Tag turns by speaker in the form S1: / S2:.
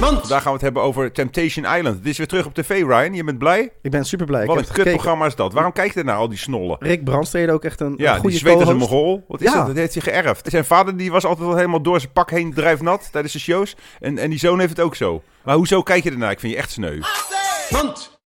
S1: Want
S2: Daar gaan we het hebben over Temptation Island. Het is weer terug op tv, Ryan. Je bent blij?
S3: Ik ben super blij. Ik
S2: Wat
S3: heb
S2: een
S3: het gekeken.
S2: kutprogramma is dat. Waarom kijk je naar al die snollen?
S3: Rick Brandstede ook echt een, een
S2: Ja, die
S3: goede
S2: zweet als een
S3: co-host.
S2: mogol. Wat is
S3: Ja.
S2: dat? Dat heeft hij geërfd. Zijn vader die was altijd al helemaal door zijn pak heen drijfnat tijdens de shows. En, en die zoon heeft het ook zo. Maar hoezo kijk je ernaar? Ik vind je echt sneu.
S1: want